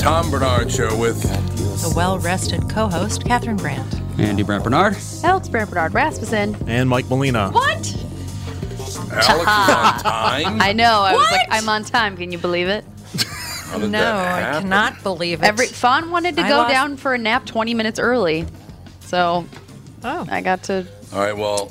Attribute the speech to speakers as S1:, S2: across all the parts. S1: Tom Bernard Show with
S2: the well-rested co-host Catherine Brandt.
S3: Andy Brant Bernard.
S4: Alex Brant Bernard Rasmussen.
S5: And Mike Molina.
S2: What?
S1: Alex is on time.
S4: I know. I was
S2: What?
S4: like, I'm on time. Can you believe it?
S1: How did
S2: No,
S1: that
S2: Oh, I
S1: happen?
S2: cannot believe it.
S4: Every Fawn wanted to
S2: I
S4: go
S2: lost-
S4: down for a nap 20 minutes early, so
S2: oh,
S4: I got to.
S1: All right, well,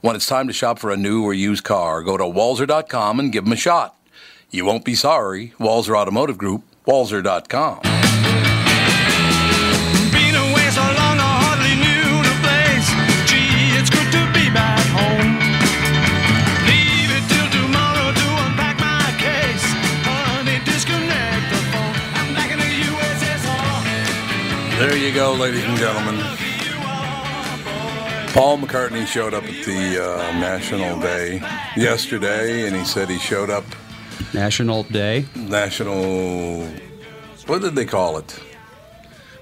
S1: When it's time to shop for a new or used car, go to walzer.com and give them a shot. You won't be sorry. Walzer Automotive Group, walzer.com.
S6: Been away so long, I hardly knew the place. Gee, it's good to be back home. Leave it till tomorrow to unpack my case. Honey, disconnect the phone. I'm back in the USSR.
S1: There you go, ladies and gentlemen. Paul McCartney showed up at the uh, National Day yesterday, and he said he showed up
S3: National Day.
S1: National. What did they call it?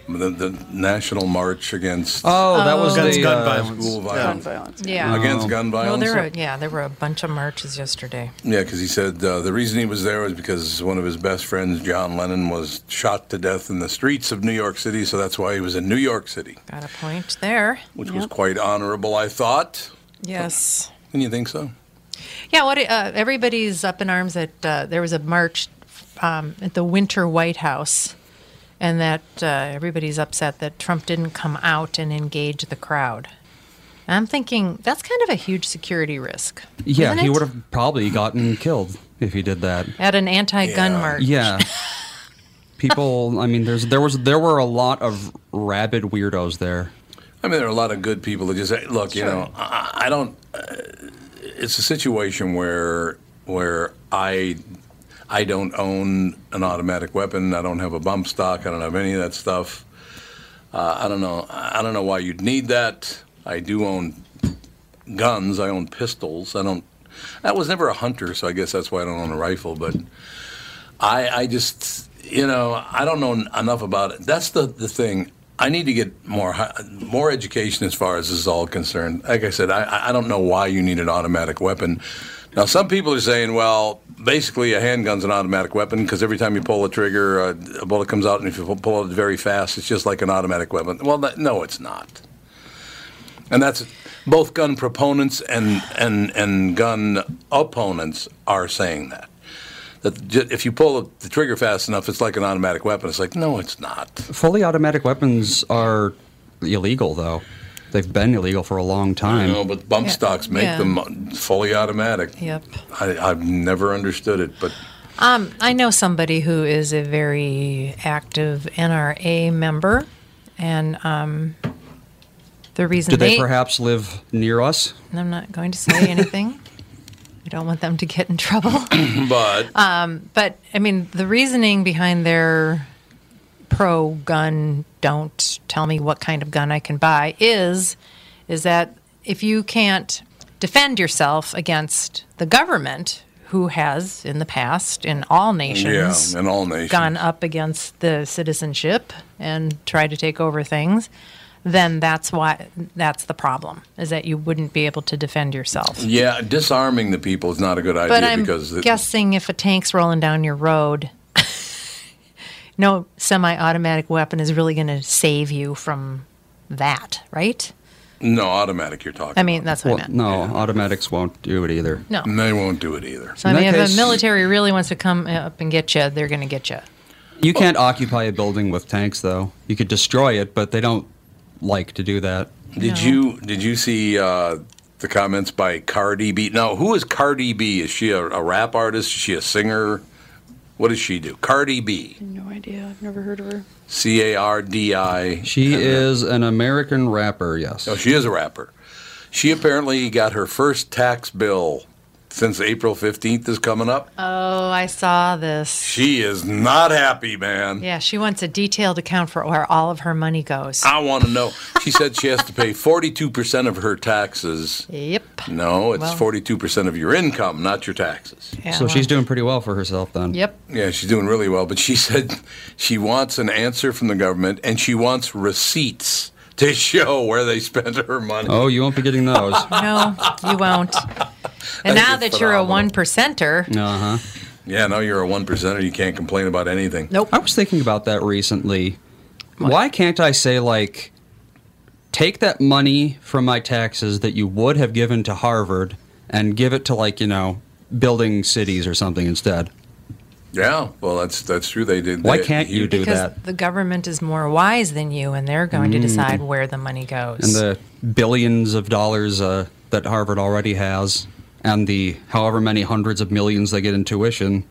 S1: The, the National March against
S3: Oh, that was
S5: Guns,
S3: the
S5: gun
S3: uh,
S5: violence.
S1: school violence.
S4: violence.
S2: yeah.
S1: Against gun
S2: well,
S1: violence.
S2: there were yeah, there were a bunch of marches yesterday.
S1: Yeah, because he said uh, the reason he was there was because one of his best friends, John Lennon, was shot to death in the streets of New York City, so that's why he was in New York City,
S2: Got a point there.
S1: which was quite honorable, I thought.
S2: Yes.
S1: And you think so?
S2: Yeah. What? Uh, everybody's up in arms that uh, there was a march um, at the Winter White House, and that uh, everybody's upset that Trump didn't come out and engage the crowd. I'm thinking that's kind of a huge security risk.
S3: Yeah,
S2: isn't
S3: he
S2: it?
S3: would have probably gotten killed if he did that.
S2: at an anti-gun
S1: Yeah.
S2: march.
S3: Yeah. People, I mean, there's there was there were a lot of rabid weirdos there.
S1: I mean, there are a lot of good people that just say, look, you know, I, I don't. Uh, it's a situation where where I I don't own an automatic weapon. I don't have a bump stock. I don't have any of that stuff. Uh, I don't know. I don't know why you'd need that. I do own guns. I own pistols. I don't. I was never a hunter, so I guess that's why I don't own a rifle. But I, I just, you know, I don't know enough about it. That's the, the thing. I need to get more hi- more education as far as this is all concerned. Like I said, I- I, I don't know why you need an automatic weapon. Now, some people are saying, well, basically a handgun's an automatic weapon because every time you pull a trigger, a, a bullet comes out, and if you pu- pull it very fast, it's just like an automatic weapon. Well, that, no, it's not. And that's both gun proponents and, and, and gun opponents are saying that that j- if you pull the trigger fast enough, it's like an automatic weapon. It's like, no, it's not.
S3: Fully automatic weapons are illegal, though. They've been illegal for a long time.
S1: No, but bump
S7: Yeah.
S1: stocks make
S7: Yeah.
S1: them fully automatic.
S7: Yep.
S1: I, I've never understood it, but
S7: Um, I know somebody who is a very active NRA member, and um, the reason
S3: Do they perhaps live near us?
S7: and I'm not going to say anything. I don't want them to get in trouble.
S1: but
S7: Uh, But I mean, the reasoning behind their pro gun, don't tell me what kind of gun I can buy is is that if you can't defend yourself against the government who has in the past in all
S1: yeah,
S7: nations
S1: in all nations,
S7: gone up against the citizenship and tried to take over things then that's why that's the problem is that you wouldn't be able to defend yourself
S1: yeah, disarming the people is not a good idea
S7: but I'm
S1: because it-
S7: guessing if a tank's rolling down your road, no semi-automatic weapon is really going to save you from that, right?
S1: no automatic. You're talking.
S7: I mean, that's what
S3: Well,
S7: I meant.
S3: no, automatics won't do it either.
S7: No.
S1: And they won't do it either.
S7: So I
S3: In
S7: mean,
S3: that
S7: if
S3: case-
S7: the military really wants to come uh, up and get you, they're going to get you.
S3: You can't occupy a building with tanks, though. You could destroy it, but they don't like to do that.
S1: Did
S7: No.
S1: you did you see uh, the comments by Cardi B? Now, who is Cardi B? Is she a, a rap artist? Is she a singer? What does she do? Cardi B,
S4: No idea. I've never heard of her.
S1: C A R D I.
S3: She is an American rapper, yes.
S1: No, Oh, she is a rapper. She apparently got her first tax bill since April 15th is coming up.
S7: Oh, I saw this.
S1: She is not happy, man.
S7: Yeah, she wants a detailed account for where all of her money goes.
S1: I want to know. She said she has to pay 42% of her taxes.
S7: Yep.
S1: No, it's
S7: Well-
S1: 42% of your income, not your taxes.
S7: Yeah,
S3: so
S7: well,
S3: she's doing pretty well for herself then.
S7: Yep.
S1: Yeah, she's doing really well, but she said she wants an answer from the government and she wants receipts to show where they spent her money.
S3: Oh, you won't be getting those. uh
S7: No, you won't. And now that
S1: it's
S7: you're a
S1: phenomenal.
S7: one percenter,
S3: huh.
S1: Yeah, no, you're a one percenter. You can't complain about anything.
S7: nope.
S3: I was thinking about that recently. Why can't I say like take that money from my taxes that you would have given to Harvard and give it to like, you know, building cities or something instead?
S1: Yeah, well, that's that's true. They did.
S3: Why
S1: they-
S3: can't you do
S7: because
S3: that? Mm.
S7: the government is more wise than you and they're going to decide where the money goes
S3: And the billions of dollars uh, that Harvard already has and the however many hundreds of millions they get in tuition.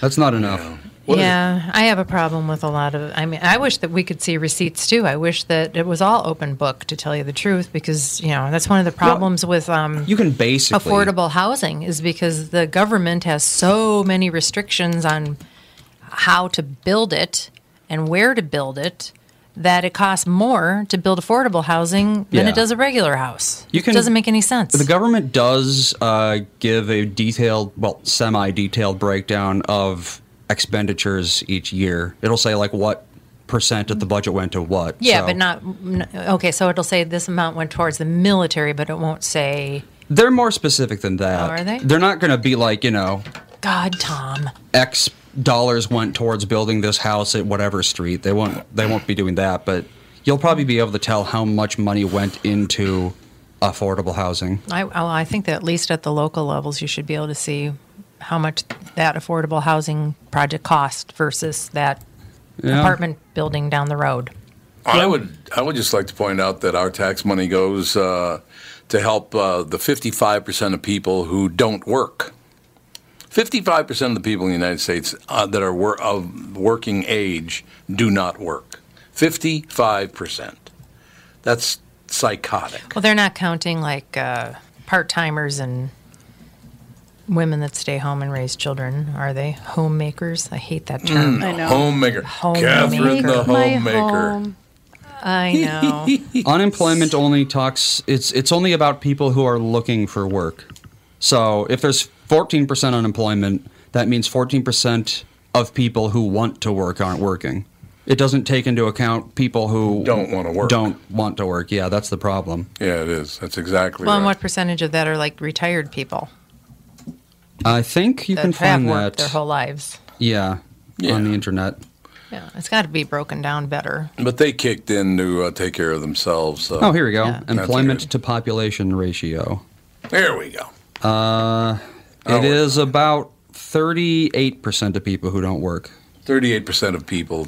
S3: That's not enough.
S1: What is it?
S7: yeah i have a problem with a lot of i mean i wish that we could see receipts too i wish that it was all open book to tell you the truth because you know that's one of the problems with um,
S3: You can basically
S7: affordable housing is because the government has so many restrictions on how to build it and where to build it that it costs more to build affordable housing than
S3: Yeah.
S7: it does a regular house.
S3: You can-
S7: it doesn't make any sense.
S3: The government does uh, give a detailed, well, semi detailed breakdown of expenditures each year. It'll say, like, what percent of the budget went to what.
S7: Yeah,
S3: so-
S7: but not n- okay. So it'll say this amount went towards the military, but it won't say
S3: They're more specific than that.
S7: Oh, are they?
S3: They're not going to be like, you know,
S7: God, Tom.
S3: X dollars went towards building this house at whatever street. They won't they won't be doing that, but you'll probably be able to tell how much money went into affordable housing.
S7: I well, I think that at least at the local levels, you should be able to see how much that affordable housing project cost versus that
S3: Yeah.
S7: apartment building down the road.
S1: I would I would just like to point out that our tax money goes uh, to help uh, the 55% of people who don't work. 55% of the people in the United States uh, that are wor- of working age do not work. 55%. That's psychotic.
S2: Well, they're not counting like uh, part timers and women that stay home and raise children, are they? Homemakers? I hate
S3: Mm.
S2: that term.
S4: I know.
S1: Homemaker. Catherine the
S2: Homemaker.
S4: My
S1: homemaker.
S4: home.
S2: I know.
S3: Unemployment only talks. It's it's only about people who are looking for work. So if there's 14% unemployment, that means 14% of people who want to work aren't working. It doesn't take into account people who
S1: Don't wanna work.
S3: Don't want to work. Yeah, that's the problem.
S1: Yeah, it is. That's exactly
S2: well, and
S1: right.
S2: what percentage of that are like retired people
S3: I think you
S2: that
S3: can
S2: have
S3: find
S2: worked
S3: that.
S2: their whole lives?
S3: yeah,
S1: Yeah.
S3: on the internet.
S2: Yeah, it's got to be broken down better.
S1: But they kicked in to uh, take care of themselves. So.
S3: Oh, here we go.
S1: good.
S3: Employment to population ratio. Uh,
S1: There we go. Oh,
S3: It is about 38% of people who don't work.
S1: 38% of people.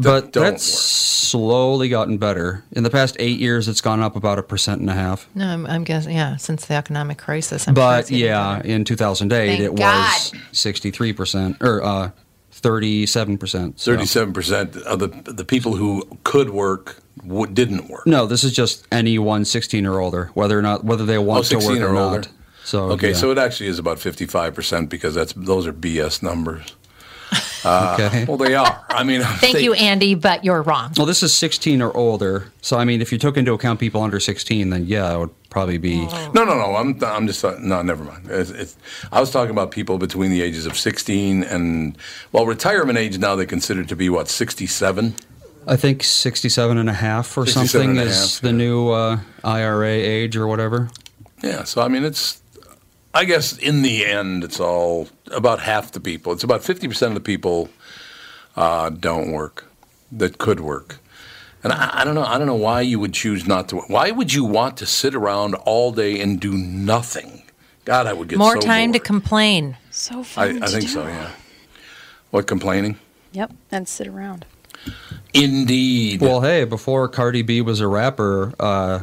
S3: But
S1: don't
S3: that's
S1: work.
S3: slowly gotten better. In the past eight years, it's gone up about a percent and a half.
S2: No, I'm, I'm guessing. Yeah, since the economic crisis. I'm sure
S3: but
S2: it's getting
S3: yeah,
S2: better.
S3: in 2008,
S2: Thank
S3: it was 63% or uh, 37%. So-
S1: 37% of the, the people who could work w- didn't work.
S3: No, this is just anyone 16 or older, whether or not whether they want to
S1: 16
S3: work
S1: Oh, or
S3: or,
S1: older.
S3: not. So
S1: Okay,
S3: yeah.
S1: so it actually is about 55% because that's those are BS numbers.
S3: okay.
S1: Well, they are. I mean,
S2: Thank
S1: they-
S2: you, Andy, but you're wrong.
S3: Well, this is 16 or older. So, I mean, if you took into account people under 16, then yeah, it would probably be.
S1: No, no, no. I'm, I'm just uh, no. Never mind. It's, it's, I was talking about people between the ages of 16 and well, retirement age now they consider to be what 67.
S3: I think 67 and a half or
S1: 67
S3: something
S1: and a
S3: is
S1: half,
S3: the
S1: yeah.
S3: new uh, IRA age or whatever.
S1: Yeah. So I mean, it's. I guess in the end, it's all about half the people. It's about 50 percent of the people uh, don't work that could work. And I, I don't know. I don't know why you would choose not to. work. Why would you want to sit around all day and do nothing? God, I would get
S2: More
S1: so
S2: time to
S1: bored.
S2: complain.
S4: So fun.
S1: I, I
S4: to
S1: think
S4: do.
S1: so. Yeah. What complaining?
S4: Yep. And sit around.
S1: Indeed.
S3: Well, hey, before Cardi B was a rapper, uh,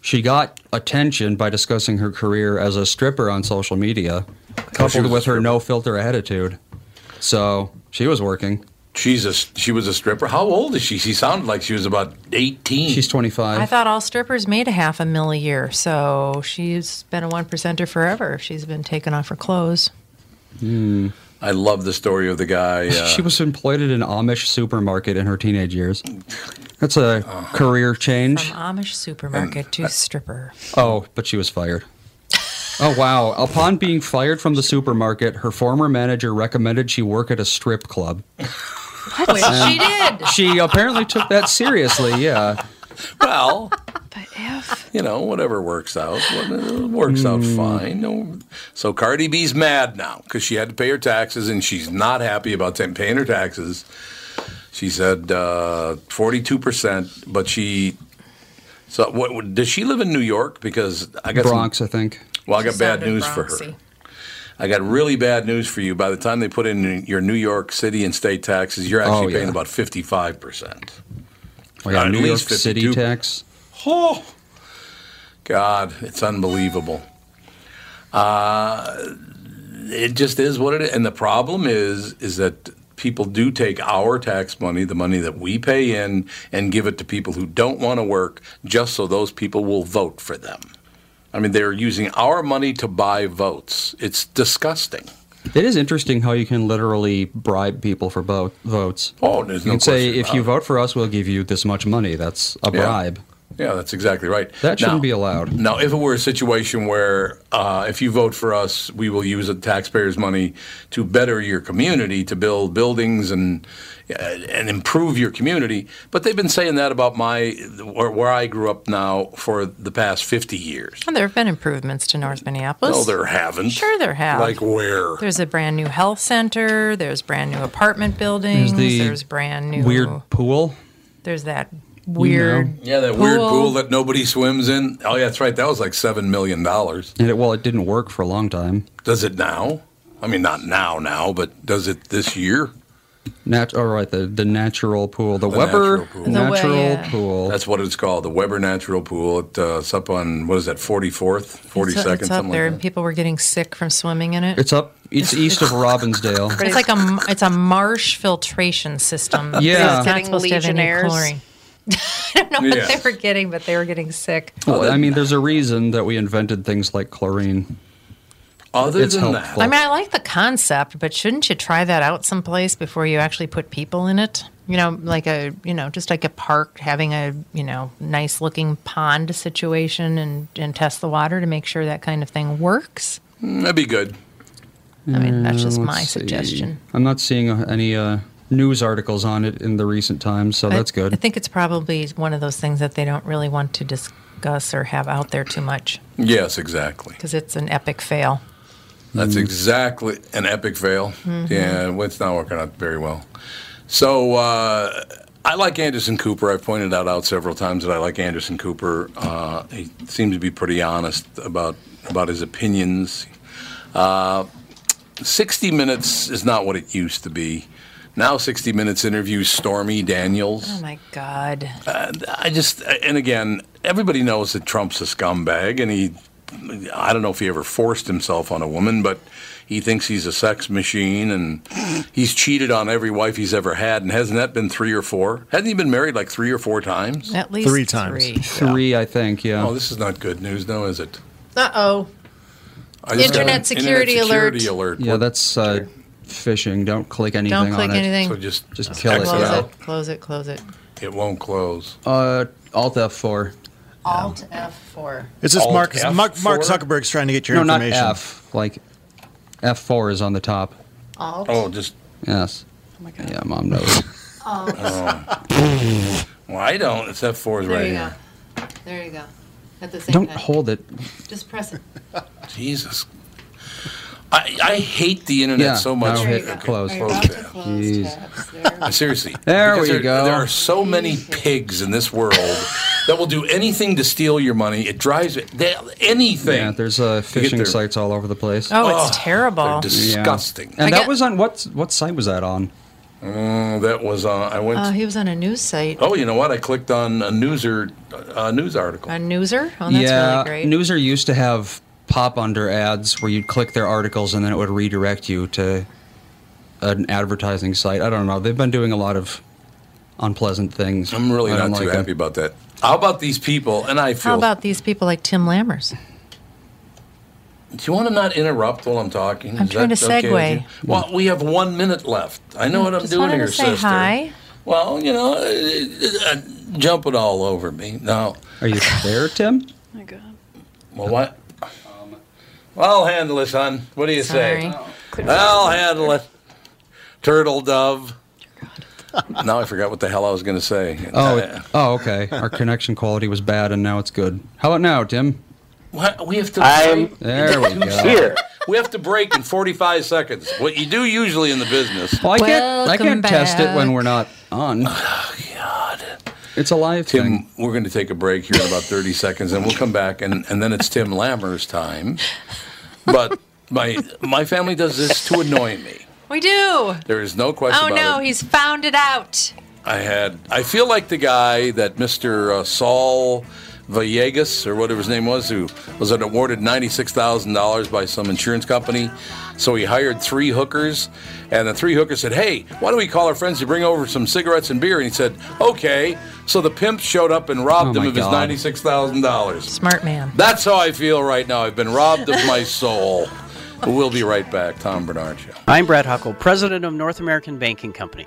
S3: she got attention by discussing her career as a stripper on social media,
S1: she was
S3: coupled
S1: a
S3: with her
S1: stripper.
S3: no filter attitude. So she was working.
S1: she's a she was a stripper. How old is she? She sounded like she was about eighteen.
S3: She's 25.
S2: I thought all strippers made a half a mill a year, so she's been a one percenter forever. if She's been taking off her clothes.
S1: I love the story of the guy. Uh,
S3: She was employed at an Amish supermarket in her teenage years. That's a career change.
S2: From Amish supermarket to stripper.
S3: Oh, but she was fired. Oh, wow. Upon being fired from the supermarket, her former manager recommended she work at a strip club.
S2: Which she did.
S3: She apparently took that seriously, yeah.
S1: well,
S4: But if
S1: you know, whatever works out, it works out
S3: Hmm.
S1: fine. No, so Cardi B's mad now because she had to pay her taxes, and she's not happy about them paying her taxes. She said uh, forty-two percent, but she. So, what, what- does she live in New York? Because I got some-
S3: Bronx, I think.
S1: well, I
S2: She
S1: got bad
S2: sounded
S1: news for her.
S2: Bronxy.
S1: I got really bad news for you. By the time they put in your New York City and state taxes, you're actually
S3: Oh, yeah.
S1: paying about 55%.
S3: Oh, yeah,
S1: At
S3: New York
S1: least
S3: City
S1: 52.
S3: tax.
S1: Oh, God, it's unbelievable. Uh, it just is what it is. And the problem is, is that people do take our tax money, the money that we pay in, and give it to people who don't want to work just so those people will vote for them. I mean, they're using our money to buy votes. It's disgusting.
S3: It is interesting how you can literally bribe people for bo- votes.
S1: Oh, there's
S3: You
S1: no
S3: can say,
S1: question
S3: if you
S1: about
S3: vote for us, we'll give you this much money. That's a
S1: Yeah.
S3: bribe.
S1: it. yeah, that's exactly right.
S3: That shouldn't
S1: Now-
S3: be allowed.
S1: Now, if it were a situation where uh, if you vote for us, we will use the taxpayers' money to better your community, to build buildings and uh, and improve your community. But they've been saying that about my where, where I grew up now for the past 50 years.
S2: Well, there have been improvements to North Minneapolis.
S1: No, there haven't.
S2: Sure there have.
S1: Like where?
S2: There's a brand new health center. There's brand new apartment buildings.
S3: the
S2: there's brand new
S3: Weird pool.
S2: There's that weird.
S1: yeah, that weird pool that nobody swims in. Oh, yeah, that's right. That was like seven million dollars.
S3: And it, well, it didn't work for a long time.
S1: Does it now? I mean, not now, now, but does it this year?
S3: Nat- all right, the, the natural pool, the,
S1: The
S3: Weber
S1: natural
S3: natural
S1: pool.
S3: pool.
S1: The
S2: way- yeah.
S1: That's what it's called, the Weber Natural Pool. It, uh, it's up on what is that, 44th, 42nd,
S2: It's, it's up
S1: something
S2: there,
S1: like
S2: and
S1: that.
S2: people were getting sick from swimming in it.
S3: it's up. It's east of Robbinsdale.
S4: Oh
S2: It's like a it's a marsh filtration system.
S3: Yeah.
S2: it's not
S4: Getting
S2: supposed to have any
S4: Legionnaires.
S2: chlorine.
S7: I don't know
S3: Yeah.
S7: what they were getting, but they were getting sick.
S3: Well, I mean, there's a reason that we invented things like chlorine.
S1: Other
S3: it's
S1: than that-
S3: helpful.
S7: I mean, I like the concept, but shouldn't you try that out someplace before you actually put people in it? You know, like a, you know, just like a park having a, you know, nice looking pond situation and, and test the water to make sure that kind of thing works.
S1: Mm, That'd be good.
S7: I mean, that's
S3: Uh,
S7: just
S1: Mm,
S3: let's
S7: my suggestion.
S3: I'm not seeing uh, any uh, news articles on it in the recent times, so
S7: I-
S3: that's good.
S7: I think it's probably one of those things that they don't really want to discuss or have out there too much
S1: Yes, exactly.
S7: because it's an epic fail.
S1: That's
S7: Mm-hmm.
S1: exactly an epic fail.
S7: Mhm.
S1: Yeah, it's not working out very well. So uh, I like Anderson Cooper. I've pointed that out several times that I like Anderson Cooper. Uh, he seems to be pretty honest about about his opinions. Uh, 60 Minutes is not what it used to be. Now 60 Minutes interviews Stormy Daniels.
S7: Oh my God.
S1: Uh, I just, and again, everybody knows that Trump's a scumbag, and he, I don't know if he ever forced himself on a woman, but he thinks he's a sex machine, and he's cheated on every wife he's ever had, and hasn't that been three or four? Hasn't he been married like three or four times?
S7: At least Three times. three.
S3: Three, I think, yeah.
S1: Oh, this is not good news, no, is it?
S7: Uh oh.
S1: I just got an
S7: Internet security alert.
S1: security alert.
S3: Yeah, that's uh, phishing. Don't click anything.
S7: Don't click
S3: on it.
S7: anything.
S3: just kill it.
S7: close
S3: yeah.
S7: it. Close it. Close it.
S1: It won't close.
S3: Uh, Alt F4.
S7: Alt F4.
S8: It's just
S3: Alt
S8: Mark,
S3: F4?
S8: Mark. Mark Zuckerberg's trying to get your
S3: no, not
S8: information.
S3: F. Like F4 is on the top.
S7: Alt.
S1: Oh, just
S3: Yes. Oh my god. Yeah, mom knows.
S1: Oh. well, I don't. It's F4 is
S7: There
S1: right
S7: you
S1: here.
S7: go. There you go. At the same
S3: Don't
S7: time.
S3: hold it.
S7: Just press it.
S1: Jesus. I, I hate the internet
S3: yeah.
S1: so much.
S3: Now hit
S1: Okay,
S3: close.
S1: tab.
S3: Jeez.
S1: Seriously.
S3: There
S1: because
S3: we go.
S1: There are so many pigs in this world that will do anything to steal your money. It drives they, anything.
S3: Yeah, there's uh,
S1: get
S3: phishing
S1: there.
S3: sites all over the place.
S7: Oh, it's terrible.
S1: they're
S3: Yeah.
S1: Uh, disgusting.
S3: And
S7: I
S3: that
S7: got-
S3: was on what? What site was that on?
S1: Mm, that was uh, I went.
S7: Uh, he was on a news site.
S1: oh, you know what? I clicked on a newser uh, a news article.
S7: A newser? Oh, that's
S3: yeah,
S7: really great.
S3: Newser used to have pop under ads where you'd click their articles and then it would redirect you to an advertising site. I don't know. They've been doing a lot of unpleasant things.
S1: I'm really
S3: I
S1: not
S3: don't
S1: too
S3: like 'em.
S1: happy about that. How about these people? And I feel.
S7: How about these people like Tim Lammers?
S1: do you want to not interrupt while I'm talking?
S7: I'm
S1: Is
S7: trying
S1: that
S7: to
S1: okay with
S7: segue. Mm,
S1: you? Well, we have one minute left. I know what I'm
S7: Just
S1: doing
S7: wanted
S1: here,
S7: to say
S1: sister.
S7: hi.
S1: Well, you know, uh, uh, jumping all over me. Now,
S3: are you there, Tim?
S4: my God.
S1: Well, what? I'll handle it, son. What do you say?
S4: Sorry.
S1: I'll handle it. Turtle dove. now I forgot what the hell I was going to say. Uh,
S3: Oh, it- oh, okay. Our connection quality was bad and now it's good. How about now, Tim?
S1: What? We have to.
S3: I'm
S1: break.
S3: There we go.
S1: here. We have to break in 45 seconds. What you do usually in the business.
S3: Well, I can't, I can't test it when we're not on. It's a live
S1: Tim, we're going to take a break here in about 30 seconds, and we'll come back, and, and then it's Tim Lammer's time. But my my family does this to annoy me.
S7: We do.
S1: There is no question
S7: Oh
S1: about it.
S7: no, he's found it out.
S1: I had. I feel like the guy that Mr. Uh, Saul Villegas or whatever his name was, who was an awarded ninety-six thousand dollars by some insurance company. So he hired three hookers, and the three hookers said, "Hey, why don't we call our friends to bring over some cigarettes and beer?" And he said, "Okay." So the pimps showed up and robbed
S3: Oh,
S1: him
S3: my
S1: of his
S3: God.
S1: ninety-six thousand dollars.
S7: Smart man.
S1: That's how I feel right now. I've been robbed of my soul. we'll be right back. Tom Bernard Show.
S5: I'm Brad Huckle, president of North American Banking Company.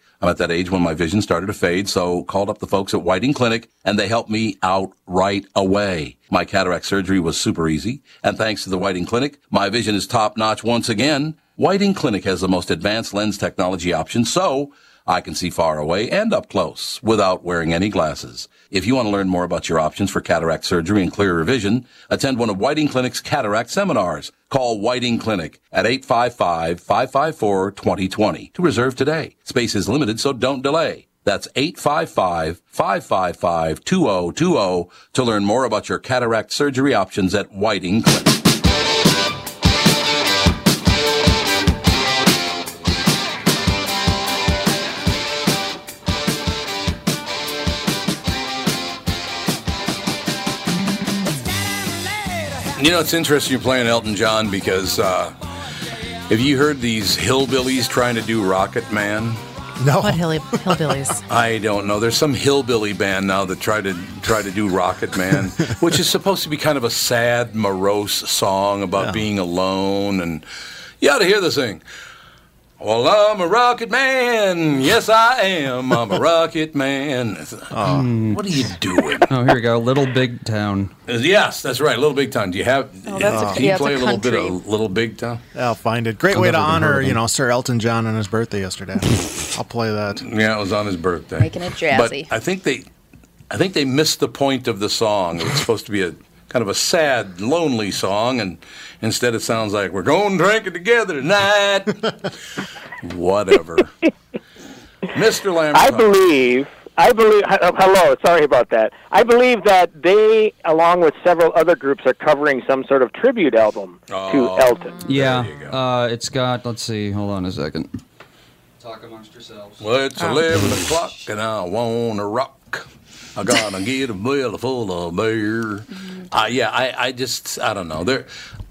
S1: I'm at that age when my vision started to fade, so called up the folks at Whiting Clinic and they helped me out right away. My cataract surgery was super easy, and thanks to the Whiting Clinic, my vision is top notch once again. Whiting Clinic has the most advanced lens technology option, so I can see far away and up close without wearing any glasses. If you want to learn more about your options for cataract surgery and clearer vision, attend one of Whiting Clinic's cataract seminars. Call Whiting Clinic at 855-554-2020 to reserve today. Space is limited, so don't delay. That's 855-555-2020 to learn more about your cataract surgery options at Whiting Clinic. You know, it's interesting you're playing Elton John because uh, have you heard these hillbillies trying to do Rocket Man?
S5: No.
S2: What hilly, hillbillies?
S1: I don't know. There's some hillbilly band now that try to try to do Rocket Man, which is supposed to be kind of a sad, morose song about being alone. And you ought to hear this thing. Well, I'm a rocket man. Yes, I am. I'm a rocket man. It's- uh, What are you doing?
S3: Oh, here we go. Little Big Town.
S1: Yes, that's right. Little Big Town. Do you have?
S4: Oh, that's a-
S1: can you
S4: yeah, it's a
S1: play a little bit
S4: country.
S1: of Little Big Town?
S5: I'll find it. Great
S3: I've
S5: way to
S3: never even heard
S5: honor,
S3: of
S5: you
S3: them.
S5: know, Sir Elton John on his birthday yesterday. I'll play that.
S1: Yeah, it was on his birthday.
S9: Making it jazzy.
S1: But I think they, I think they missed the point of the song. It was supposed to be a kind of a sad, lonely song, and instead it sounds like we're going drinking together tonight. Whatever. Mr. Lambert.
S7: I believe. I believe. he- Hello, sorry about that. I believe that they, along with several other groups, are covering some sort of tribute album
S1: Oh.
S7: to Elton.
S3: Yeah. Uh, it's got. Let's see. Hold on a second. Talk amongst yourselves.
S1: Well, it's eleven o'clock, and I wanna rock. I gotta get a belly full of beer.
S3: Mm-hmm.
S1: Uh, yeah, I, I just, I don't know. There,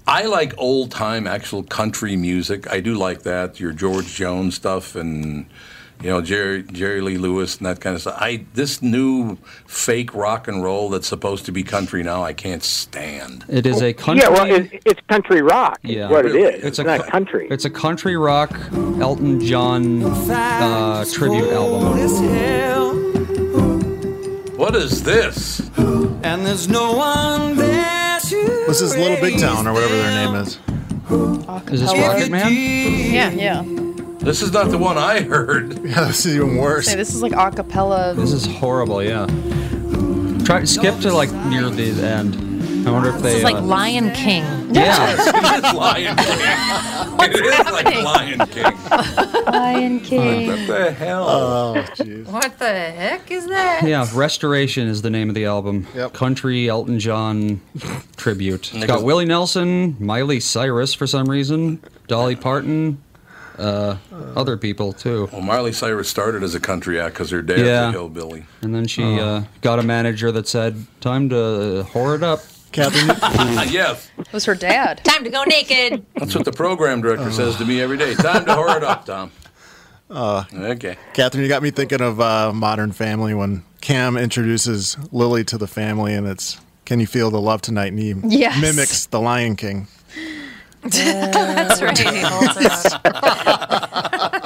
S1: I like old time actual country music. I do like that. Your George Jones stuff, and you know Jerry Jerry Lee Lewis and that kind of stuff. I this new fake rock and roll that's supposed to be country now, I can't stand.
S3: It is a country.
S7: Oh, Yeah, well, it, it's country rock. is
S3: Yeah.
S7: what it is.
S3: It's
S7: It's,
S3: a
S7: not
S3: cou-
S7: country.
S3: It's a country rock Elton John uh, tribute album.
S1: What is this?
S6: And there's no one there to
S5: This is Little Big Town or whatever their name is.
S3: Is this
S4: Acapella.
S3: Rocket Man?
S2: yeah.
S4: Yeah.
S1: This is not the one I heard.
S5: Yeah, this is even worse.
S4: Say this is like acapella.
S3: This is horrible. Yeah. Try skip to like near the end. I wonder if
S2: This
S3: they.
S2: is like
S3: uh,
S2: Lion King.
S3: yeah.
S1: It is Lion King. it is like Lion King. Uh,
S4: Lion King.
S1: What the hell?
S5: Oh, jeez.
S2: What the heck is that?
S3: Yeah, Restoration is the name of the album.
S5: Yep.
S3: Country Elton John tribute. It's
S1: Because-
S3: got Willie Nelson, Miley Cyrus for some reason, Dolly Parton, uh, other people too.
S1: Well, Marley Cyrus started as a country act because her dad was a
S3: Yeah.
S1: hillbilly.
S3: And then she
S1: Uh-huh.
S3: uh, got a manager that said, "Time to whore it up."
S5: Kathy,
S1: Ah, yes.
S4: It was her dad.
S2: Time to go naked.
S1: That's what the program director says to me every day. Time to whore it up, Tom. Uh. okay.
S5: Catherine, you got me thinking of uh, Modern Family when Cam introduces Lily to the family, and it's "Can you feel the love tonight?" and he
S4: Yes.
S5: mimics the Lion King.
S2: That's right.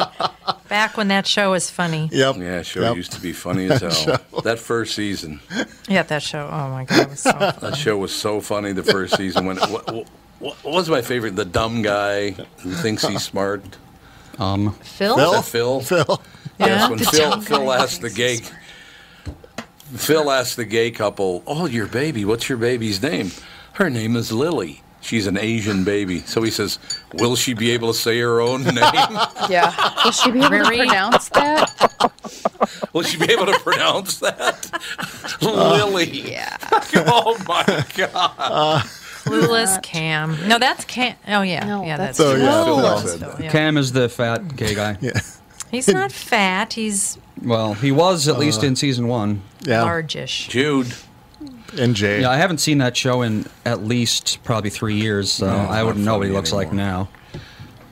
S2: Back when that show was funny.
S5: Yep.
S1: Yeah, sure.
S5: Yep.
S1: Used to be funny as hell. that first season,
S2: Yeah, that show. Oh my god, it was so funny.
S1: that show was so funny. The first season when what, what, what was my favorite? The dumb guy who thinks he's smart.
S3: Um,
S2: Phil.
S5: Phil?
S1: Is that Phil.
S5: Phil.
S2: Yeah.
S1: Yes, when
S2: The
S1: Phil,
S2: dumb
S1: Phil
S2: guy
S1: asked the gay, Phil asked the gay couple, "Oh, your baby. What's your baby's name? Her name is Lily. She's an Asian baby." So he says, "Will she be able to say her own name?
S4: Yeah. Will she be able
S2: Very-
S4: to pronounce that?
S1: Will she be able to pronounce that, Lily?
S4: Yeah.
S1: Oh my God!
S2: Clueless Cam. No, that's Cam. Oh yeah,
S4: No,
S2: yeah, that's,
S4: that's So,
S5: yeah, Phil
S2: Clueless
S1: said
S2: Phil,
S1: that.
S2: yeah.
S3: Cam is the fat gay guy.
S2: He's not fat. He's
S3: Well, he was
S1: Uh-huh.
S3: at least in season one.
S5: Yeah.
S2: largish.
S1: Jude,
S5: And Jay.
S3: Yeah, I haven't seen that show in at least probably three years, so
S1: No, it's
S3: I wouldn't
S1: not
S3: know what he
S1: funny
S3: looks like
S1: anymore.
S3: now.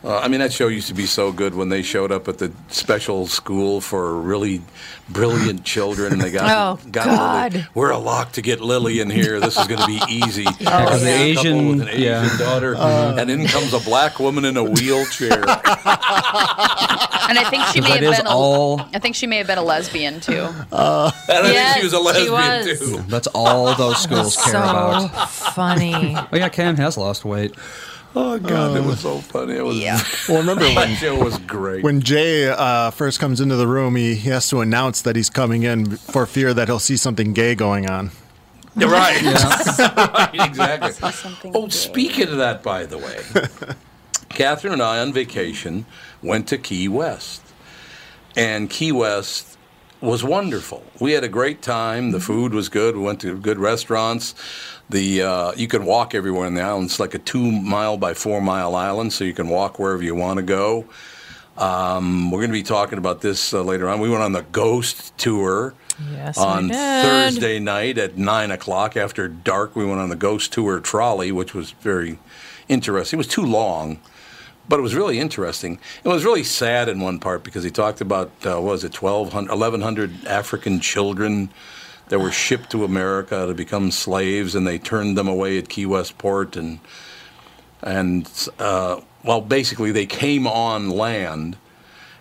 S1: Uh, I mean, that show used to be so good when they showed up at the special school for really brilliant children, and they got
S2: Oh,
S1: got Lily.
S2: God. Oh,
S1: We're a lock to get Lily in here. This is going to be easy. Yeah,
S3: 'cause the Asian-
S1: with an Asian Uh,
S3: yeah.
S1: daughter, and in comes a black woman in a wheelchair.
S4: And I think she may have
S3: That is
S4: been a,
S3: all.
S4: I think she may have been a lesbian too.
S1: And I think
S2: Yes,
S1: she was a
S2: she
S1: lesbian
S2: was.
S1: too.
S3: That's all those schools care
S2: So
S3: about.
S2: funny.
S3: Oh yeah, Cam has lost weight.
S1: Oh God, it was so funny. It was yeah.
S5: Well, remember when-
S1: it was great.
S5: When Jay uh, first comes into the room, he, he has to announce that he's coming in for fear that he'll see something gay going on.
S1: Yeah, right. Right, exactly. Oh, speaking of that, by the way, Catherine and I on vacation went to Key West, and Key West was wonderful. We had a great time. The food was good. We went to good restaurants. The uh, you can walk everywhere in the island. It's like a two mile by four mile island, so you can walk wherever you want to go. Um, we're going to be talking about this uh, later on. We went on the ghost tour
S2: Yes, we
S1: on
S2: did.
S1: Thursday night at nine o'clock after dark. We went on the ghost tour trolley, which was very interesting. It was too long, but it was really interesting. It was really sad in one part because he talked about uh, what was it 1,200 1,100 African children that were shipped to America to become slaves, and they turned them away at Key West Port and and uh, well, basically they came on land.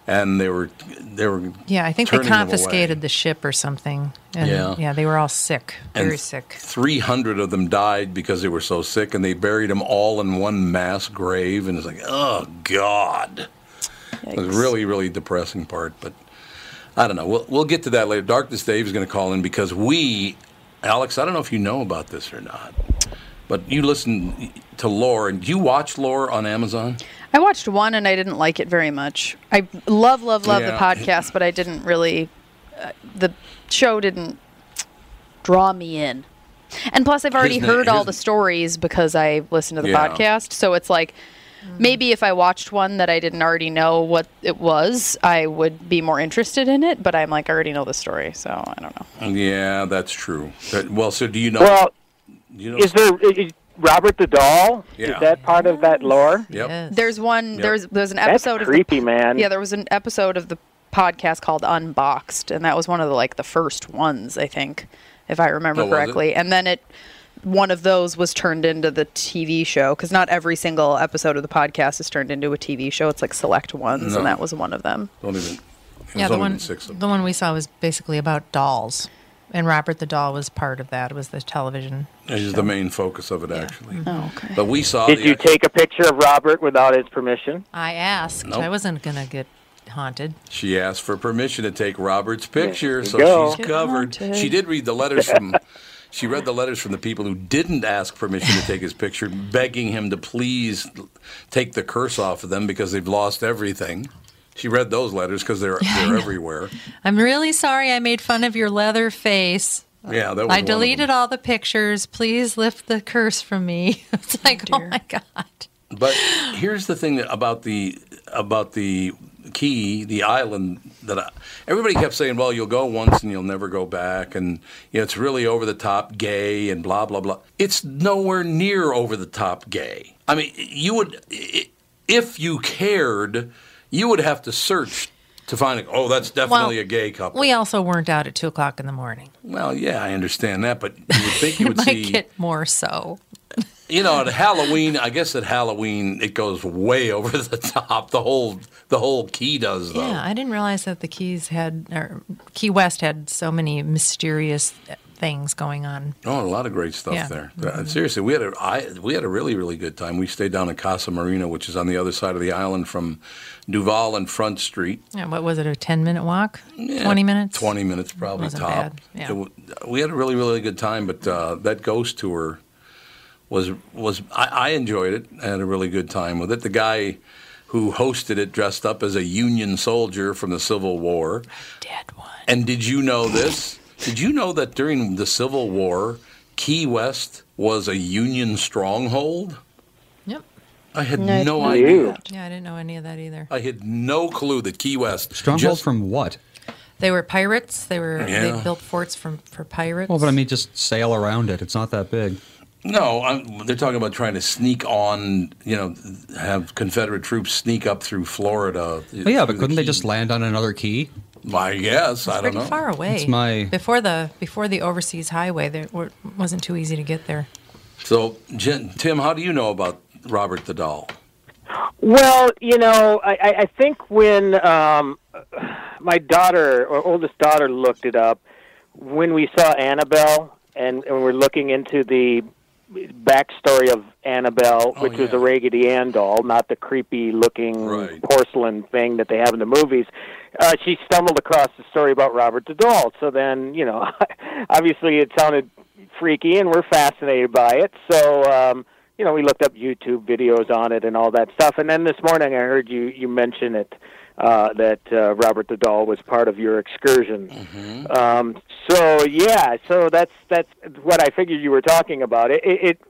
S1: And they were, they were.
S2: Yeah, I think they
S1: turning them away.
S2: confiscated the ship or something. And
S1: Yeah.
S2: yeah. they were all sick,
S1: And
S2: very sick.
S1: 300 of them died because they were so sick, and they buried them all in one mass grave. And it's like, oh, God. It was a really, really depressing part. But I don't know. We'll, we'll get to that later. Darkness Dave is going to call in because we, Alex, I don't know if you know about this or not, but you listen to Lore, and do you watch Lore on Amazon?
S4: I watched one and I didn't like it very much. I love, love, love
S1: Yeah.
S4: the podcast, but I didn't really. Uh, the show didn't draw me in. And plus, I've already
S9: His na-
S4: heard all
S9: his-
S4: the stories because I listened to the
S9: Yeah.
S4: podcast. So it's like maybe if I watched one that I didn't already know what it was, I would be more interested in it. But I'm like, I already know the story. So I don't know.
S1: Yeah, that's true. That- well, so do you know?
S7: Well,
S1: you know
S7: Is there i- i- Robert the Doll?
S1: Yeah.
S7: Is that part of that lore?
S1: Yep.
S4: There's one.
S7: Yep.
S4: There's there's an
S7: That's
S4: episode of the-
S7: creepy, man.
S4: Yeah, there was an episode of the podcast called Unboxed, and that was one of the like the first ones I think, if I remember
S9: Oh, was it?
S4: correctly. And then it one of those was turned into the TV show because not every single episode of the podcast is turned into a TV show. It's like select ones,
S1: No.
S4: and that was one of them.
S1: Don't even.
S2: Yeah,
S1: there's
S2: the
S1: only
S2: one
S1: been six of them.
S2: the one we saw was basically about dolls, and Robert the doll was part of that. It was the television.
S1: This is the main focus of it, actually.
S4: Oh, okay.
S1: But we saw.
S7: Did
S1: the
S7: you take a picture of Robert without his permission?
S2: I asked.
S1: Nope.
S2: I wasn't gonna get haunted.
S1: She asked for permission to take Robert's picture,
S2: you
S1: so
S2: go.
S1: she's
S2: Get
S1: covered.
S2: haunted.
S1: She did read the letters from. She read the letters from the people who didn't ask permission to take his picture, begging him to please take the curse off of them because they've lost everything. She read those letters because they're they're everywhere.
S2: I'm really sorry I made fun of your leather face.
S1: Yeah, that was. one
S2: I
S1: of
S2: deleted all the pictures. Please lift the curse from me. It's like, oh, my god.
S1: them. But here's the thing that, about the about the key, the island that I, everybody kept saying, "Well, you'll go once and you'll never go back," and you know, it's really over the top gay and blah blah blah. It's nowhere near over the top gay. I mean, you would i- if you cared, you would have to search to find. Oh, that's definitely a gay couple.
S2: We also weren't out at two o'clock in the morning.
S1: well, yeah, I understand that, but you would think you would
S2: Might
S1: see.
S2: get more so.
S1: you know, at Halloween, I guess at Halloween it goes way over the top. The whole the whole key does though.
S2: Yeah, I didn't realize that the Keys had, or Key West had so many mysterious things going on.
S1: Oh, a lot of great stuff
S2: Yeah.
S1: there. Uh, Seriously, we had a I, we had a really really good time. We stayed down in Casa Marina, which is on the other side of the island from Duval and Front Street.
S2: Yeah, what was it, a 10 minute walk?
S1: Yeah,
S2: 20 minutes?
S1: Twenty minutes probably
S2: Wasn't
S1: top.
S2: bad, yeah.
S1: It w- we had a really really good time, but uh, that ghost tour was was I, I enjoyed it. I had a really good time with it. The guy who hosted it dressed up as a Union soldier from the Civil War.
S2: Dead one.
S1: And did you know this? Did you know that during the Civil War, Key West was a Union stronghold?
S2: Yep.
S1: I had
S2: No, I
S1: no
S2: didn't know
S1: idea.
S2: Yeah, I didn't know any of that either.
S1: I had no clue that Key West
S3: Stronghold
S1: just-
S3: from what?
S2: They were pirates. They were
S3: Yeah.
S2: they built forts from for pirates.
S3: Well, but I mean, just sail around it. It's not that big.
S1: No, I'm, they're talking about trying to sneak on. You know, have Confederate troops sneak up through Florida.
S3: But yeah, but couldn't they just land on another key?
S1: I guess I don't
S2: pretty
S1: know.
S2: far away.
S3: It's my
S2: before the before the overseas highway, there were, wasn't too easy to get there.
S1: So, Jen, Tim, how do you know about Robert the Doll?
S7: Well, you know, I, I I think when um, my daughter, or oldest daughter, looked it up, when we saw Annabelle and, and we're looking into the backstory of Annabelle, which was
S9: yeah.
S7: a Raggedy Ann doll, not the creepy-looking porcelain thing that they have in the movies. Uh, she stumbled across the story about Robert the doll. So then, you know, obviously it sounded freaky, and we're fascinated by it. So, um, you know, we looked up YouTube videos on it and all that stuff. And then this morning, I heard you you mention it uh, that uh, Robert the doll was part of your excursion.
S1: Mm-hmm.
S7: Um, so yeah, so that's that's what I figured you were talking about. It, it, it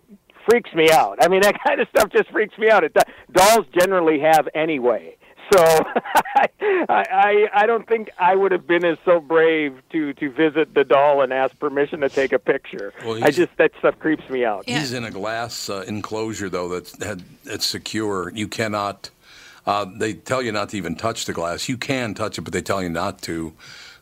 S7: freaks me out. I mean, that kind of stuff just freaks me out. It, do- dolls generally have anyway. So I, I I don't think I would have been as so brave to to visit the doll and ask permission to take a picture.
S1: Well,
S7: I
S1: he's-
S7: just that stuff creeps me out.
S1: He's in a glass uh, enclosure though that's had, that's secure. You cannot. Uh, they tell you not to even touch the glass. You can touch it, but they tell you not to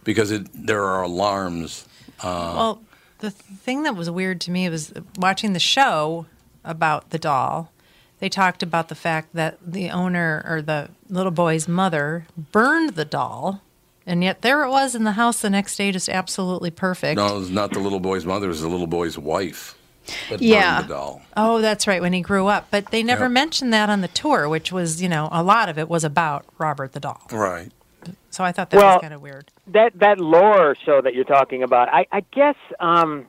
S1: because it, there are alarms. Uh,
S2: Well, the thing that was weird to me was watching the show about the doll. They talked about the fact that the owner or the little boy's mother burned the doll, and yet there it was in the house the next day, just absolutely perfect.
S1: no, it's not the little boy's mother. It's the little boy's wife. That
S2: Yeah.
S1: burned the doll.
S2: Oh, that's right, when he grew up. But they never
S1: Yep.
S2: mentioned that on the tour, which was, you know, a lot of it was about Robert the doll.
S1: Right.
S2: So I thought that
S7: Well,
S2: was kind of weird.
S7: that that lore show that you're talking about, I, I guess um,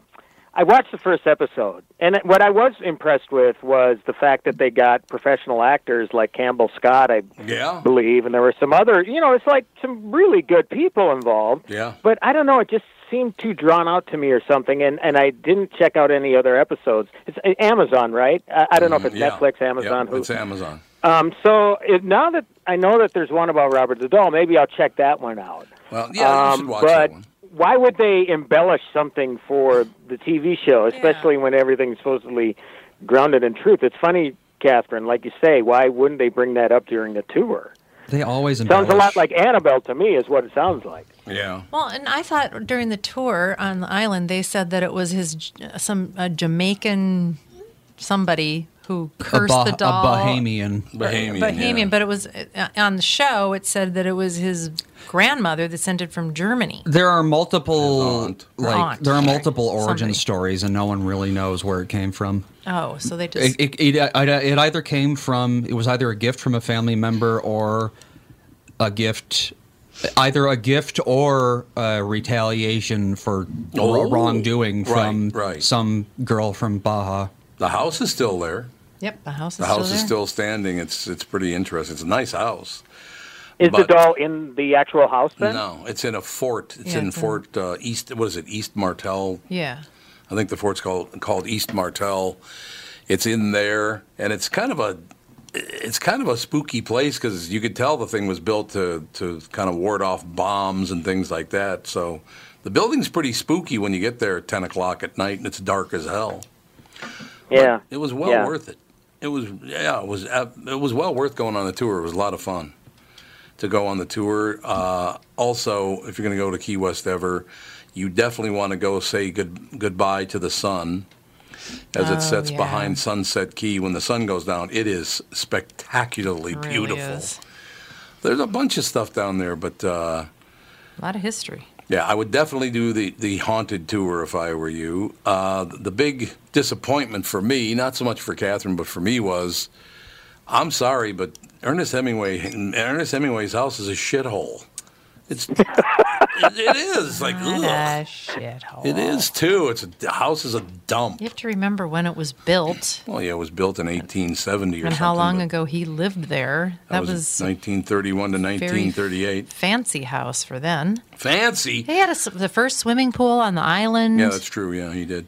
S7: I watched the first episode, and what I was impressed with was the fact that they got professional actors like Campbell Scott, I
S1: Yeah.
S7: believe, and there were some other. You know, it's like some really good people involved.
S1: Yeah.
S7: But I don't know. It just seemed too drawn out to me or something, and and I didn't check out any other episodes. It's uh, Amazon, right? I, I don't know if it's
S1: Mm, yeah.
S7: Netflix, Amazon,
S1: Yep,
S7: who.
S1: It's Amazon.
S7: Um, so it, now that I know that there's one about Robert the Doll, maybe I'll check that one out.
S1: Well, yeah, you should watch
S7: Um,
S1: that
S7: but why would they embellish something for the TV show, especially when everything's supposedly grounded in truth? It's funny, Catherine, like you say, why wouldn't they bring that up during the tour?
S3: They always
S7: Sounds a
S3: embellish.
S7: lot like Annabelle to me, is what it sounds like.
S1: Yeah.
S2: Well, and I thought during the tour on the island, they said that it was his J- some a Jamaican somebody who cursed
S3: Bah-
S2: the doll.
S3: A Bahamian.
S1: Bahamian.
S2: Bohemian, but it was uh, on the show. It said that it was his grandmother that sent it from Germany.
S3: There are multiple like
S2: Aunt,
S3: there are
S2: sorry.
S3: multiple origin
S2: Somebody.
S3: stories, and no one really knows where it came from.
S2: Oh, so they just
S3: It, it, it, uh, it, it either came from it was either a gift from a family member or a gift, either a gift or a retaliation for
S1: Oh,
S3: wrongdoing
S1: right,
S3: from
S1: right.
S3: some girl from Baja.
S1: The house is still there.
S2: yep. The house is
S1: The house
S2: still
S1: is
S2: there.
S1: still standing. It's it's pretty interesting. It's a nice house.
S7: Is
S1: But-
S7: the doll in the actual house then?
S1: No, it's in a fort. It's
S7: Yeah,
S1: in
S7: it's in-
S1: Fort uh, East. What is it? East Martell.
S2: Yeah.
S1: I think the fort's called called East Martell. It's in there, and it's kind of a it's kind of a spooky place because you could tell the thing was built to to kind of ward off bombs and things like that. So the building's pretty spooky when you get there at ten o'clock at night, and it's dark as hell.
S7: Yeah.
S1: It was well
S7: Yeah.
S1: worth it. It was yeah, it was ab- it was well worth going on the tour. It was a lot of fun to go on the tour. Uh, also, if you're going to go to Key West ever, you definitely want to go say good goodbye to the sun as
S9: Oh,
S1: it sets
S9: yeah.
S1: behind Sunset Key when the sun goes down. It is spectacularly
S2: It really
S1: beautiful.
S2: is.
S1: There's a bunch of stuff down there, but uh,
S2: A lot of history.
S1: yeah, I would definitely do the, the haunted tour if I were you. Uh, the big disappointment for me, not so much for Catherine, but for me was, I'm sorry, but Ernest Hemingway, Ernest Hemingway's house is a shithole. It's it, it is like
S2: What
S1: ugh.
S2: a Oh, shithole.
S1: it is too. It's a the house is a dump.
S2: You have to remember when it was built
S1: Well, yeah, it was built in 1870 or
S2: and
S1: something.
S2: how long
S1: but
S2: ago he lived there. That,
S1: was,
S2: was,
S1: 1931 to
S2: very
S1: 1938.
S2: fancy house for then.
S1: Fancy.
S2: They had a s the first swimming pool on the island.
S1: Yeah, that's true. Yeah, he did.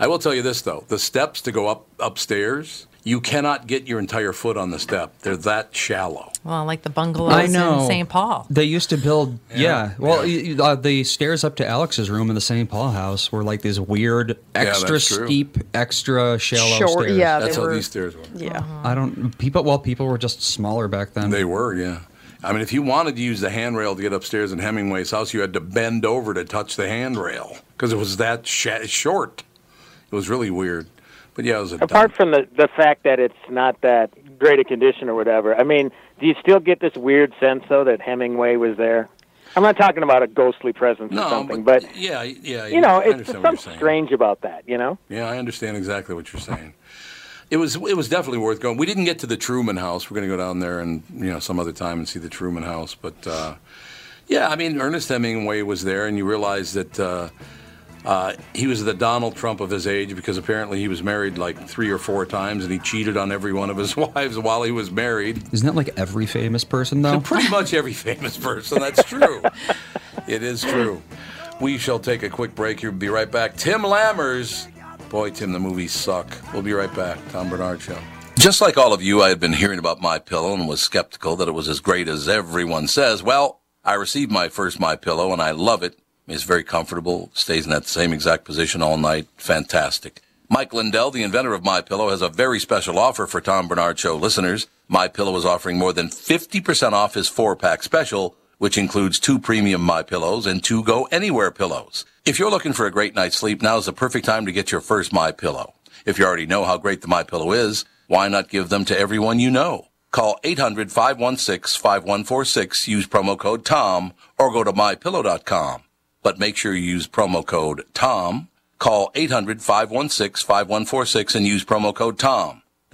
S1: I will tell you this though: the steps to go up upstairs, you cannot get your entire foot on the step. They're that shallow.
S2: well, like the bungalows
S3: I know.
S2: in St. Paul.
S3: They used to build, yeah. Well, y y- uh, the stairs up to Alex's room in the St. Paul house were like these weird,
S1: that's
S3: extra
S1: true.
S3: steep, extra shallow
S4: Short-
S3: stairs.
S4: yeah, That's they
S1: how were- these stairs were.
S4: Yeah.
S3: I don't. People, well, people were just smaller back then.
S1: They were, yeah. I mean, if you wanted to use the handrail to get upstairs in Hemingway's house, you had to bend over to touch the handrail because it was that sh- short. It was really weird. But yeah, it was a
S7: Apart from the the fact that it's not that great a condition or whatever, I mean, do you still get this weird sense though that Hemingway was there? I'm not talking about a ghostly presence
S1: No,
S7: or something, but,
S1: Yeah, yeah.
S7: you know,
S1: I
S7: it's
S1: understand what
S7: just
S1: you're
S7: something
S1: saying.
S7: strange about that. You know,
S1: Yeah, I understand exactly what you're saying. It was it was definitely worth going. We didn't get to the Truman House. We're going to go down there and you know some other time and see the Truman House. But uh, yeah, I mean Ernest Hemingway was there, and you realize that uh, uh, he was the Donald Trump of his age because apparently he was married like three or four times, and he cheated on every one of his wives while he was married.
S3: Isn't that like every famous person though?
S1: So pretty much every famous person. That's true. it is true. We shall take a quick break here. Be right back. Tim Lammers. Boy, Tim, the movies suck. We'll be right back. Tom Bernard Show. Just like all of you, I had been hearing about My Pillow and was skeptical that it was as great as everyone says. Well, I received my first My Pillow and I love it. It's very comfortable, stays in that same exact position all night. Fantastic. Mike Lindell, the inventor of My Pillow, has a very special offer for Tom Bernard Show listeners. My Pillow is offering more than 50% off his four-pack special, which includes two premium My Pillows and two Go Anywhere pillows. If you're looking for a great night's sleep, now is the perfect time to get your first My Pillow. If you already know how great the My Pillow is, why not give them to everyone you know? Call 800-516-5146, use promo code TOM, or go to mypillow.com. But make sure you use promo code TOM. Call 800-516-5146 and use promo code TOM.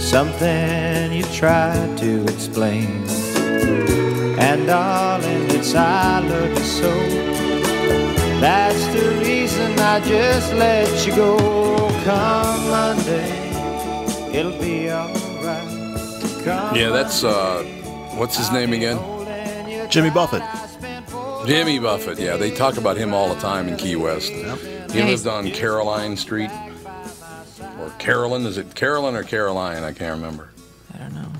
S9: Something you tried to explain. And darling, it's I love you so. That's the reason I just let you go. Come Monday, it'll be alright. Come
S1: Yeah, that's uh, what's his name again?
S5: Jimmy Buffett.
S1: Jimmy Buffett. Yeah, they talk about him all the time in Key West. He
S2: Yeah,
S1: lived on Caroline Street, or Carolyn. Is it Carolyn or Caroline? I can't remember.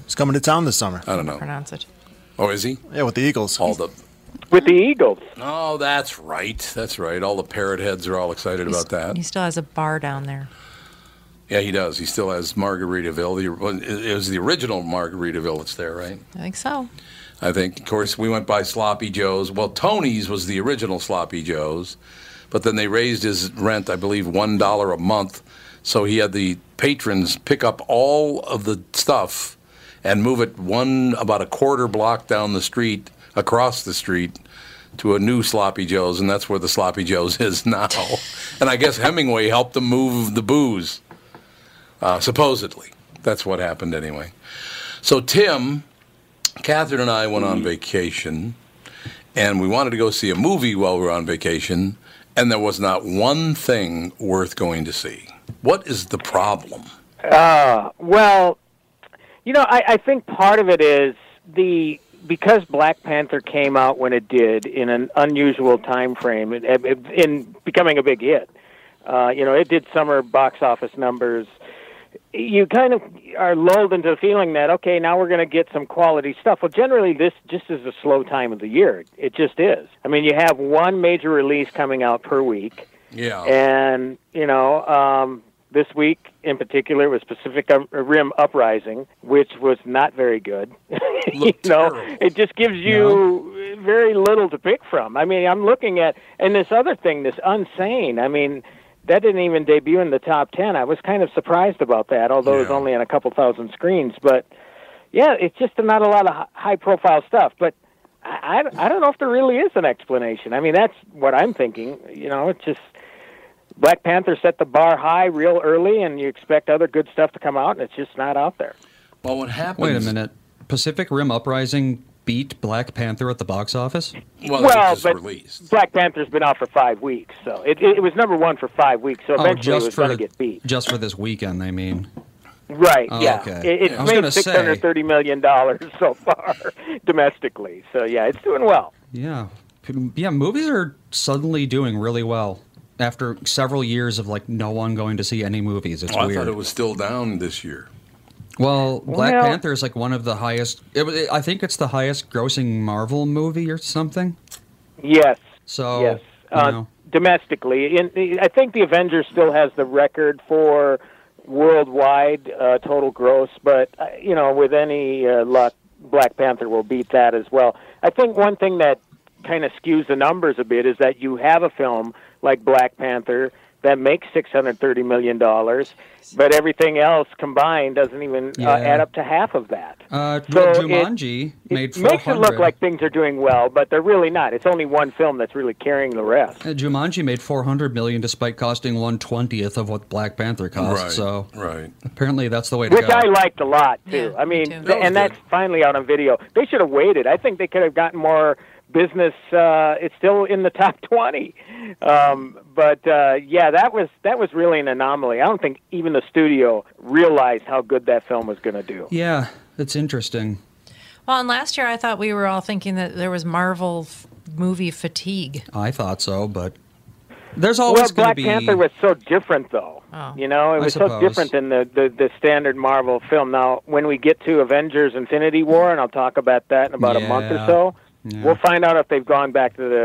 S5: He's coming to town this summer.
S1: I don't know.
S2: pronounce it.
S1: Oh, is he?
S5: Yeah, with the Eagles.
S1: All the.
S7: with the Eagles.
S1: Oh, that's right. That's right. All the parrot heads are all excited about that.
S2: He still has a bar down there.
S1: Yeah, he does. He still has Margaritaville. The, well, it it was the original Margaritaville that's there, right?
S2: I think so.
S1: I think. Of course, we went by Sloppy Joe's. Well, Tony's was the original Sloppy Joe's, but then they raised his rent, I believe, one dollar a month. So he had the patrons pick up all of the stuff and move it one about a quarter block down the street, across the street, to a new Sloppy Joe's, and that's where the Sloppy Joe's is now. and I guess Hemingway helped them move the booze, uh, supposedly. That's what happened anyway. So Tim, Catherine and I went on vacation, and we wanted to go see a movie while we were on vacation, and there was not one thing worth going to see. What is the problem?
S7: Uh, well, you know, I, I think part of it is the because Black Panther came out when it did in an unusual time frame in, in becoming a big hit. Uh, you know, it did summer box office numbers. You kind of are lulled into the feeling that okay, now we're going to get some quality stuff. Well, generally, this just is a slow time of the year. It just is. I mean, you have one major release coming out per week.
S1: Yeah.
S7: And, you know, um, this week in particular was Pacific Rim Uprising, which was not very good. you
S1: Looked
S7: know,
S1: terrible.
S7: it just gives you very little to pick from. I mean, I'm looking at, and this other thing, this Unsane, I mean, that didn't even debut in the top 10. I was kind of surprised about that, although it was
S1: Yeah.
S7: only on a couple thousand screens. But, yeah, it's just not a lot of high profile stuff. But I, I I don't know if there really is an explanation. I mean, that's what I'm thinking. You know, it's just Black Panther set the bar high real early, and you expect other good stuff to come out, and it's just not out there.
S1: Well, what happened?
S3: Wait a minute. Pacific Rim Uprising beat Black Panther at the box office?
S7: but Black Panther's been out for five weeks, so it, it, it was number one for five weeks. So
S3: oh,
S7: eventually, it
S3: just
S7: was going
S3: for
S7: to get beat.
S3: just for this weekend, I mean.
S7: Right?
S3: Oh,
S7: yeah.
S3: okay.
S7: It,
S3: Yeah. I
S7: it's
S3: was
S7: made
S3: gonna say-
S7: six hundred thirty million dollars so far domestically. So yeah, it's doing well.
S3: Yeah. P- Yeah, movies are suddenly doing really well after several years of like no one going to see any movies. It's
S1: Oh, I
S3: weird.
S1: thought it was still down this year.
S3: Well, Black
S1: Well-
S3: Panther is like one of the highest. It, was- I think it's the highest grossing Marvel movie or something.
S7: Yes.
S3: So
S7: Yes.
S3: you
S7: Uh,
S3: know,
S7: domestically. In, the- I think the Avengers still has the record for worldwide uh, total gross, but uh, you know, with any uh, luck, Black Panther will beat that as well. I think one thing that kind of skews the numbers a bit is that you have a film like Black Panther that makes six hundred thirty million dollars, but everything else combined doesn't even
S3: Yeah.
S7: uh, add up to half of that.
S3: uh,
S7: So
S3: well,
S7: it-
S3: Jumanji made
S7: It makes it
S3: 400.
S7: look like things are doing well, but they're really not. It's only one film that's really carrying the rest.
S3: Uh, Jumanji made 400 million despite costing one twentieth of what Black Panther cost.
S1: Right,
S3: Uh, so
S1: right.
S3: apparently that's the way to
S7: Which
S3: go.
S7: I liked a lot too. I mean, th- and that's finally out on video. They should have waited. I think they could have gotten more business. Uh, it's still in the top twenty, um, but uh, yeah, that was that was really an anomaly. I don't think even the studio realized how good that film was going to do.
S3: yeah, it's interesting.
S2: Well, and last year I thought we were all thinking that there was Marvel f- movie fatigue.
S3: I thought so, but there's always
S7: well,
S3: going to
S7: Black
S3: be. Oh.
S7: Panther was so different, though. You know, it
S3: I
S7: was so
S3: suppose.
S7: different than the, the the standard Marvel film. Now, when we get to Avengers: Infinity War, and I'll talk about that in about a month or
S3: Yeah.
S7: so,
S3: Yeah.
S7: we'll find out if they've gone back to the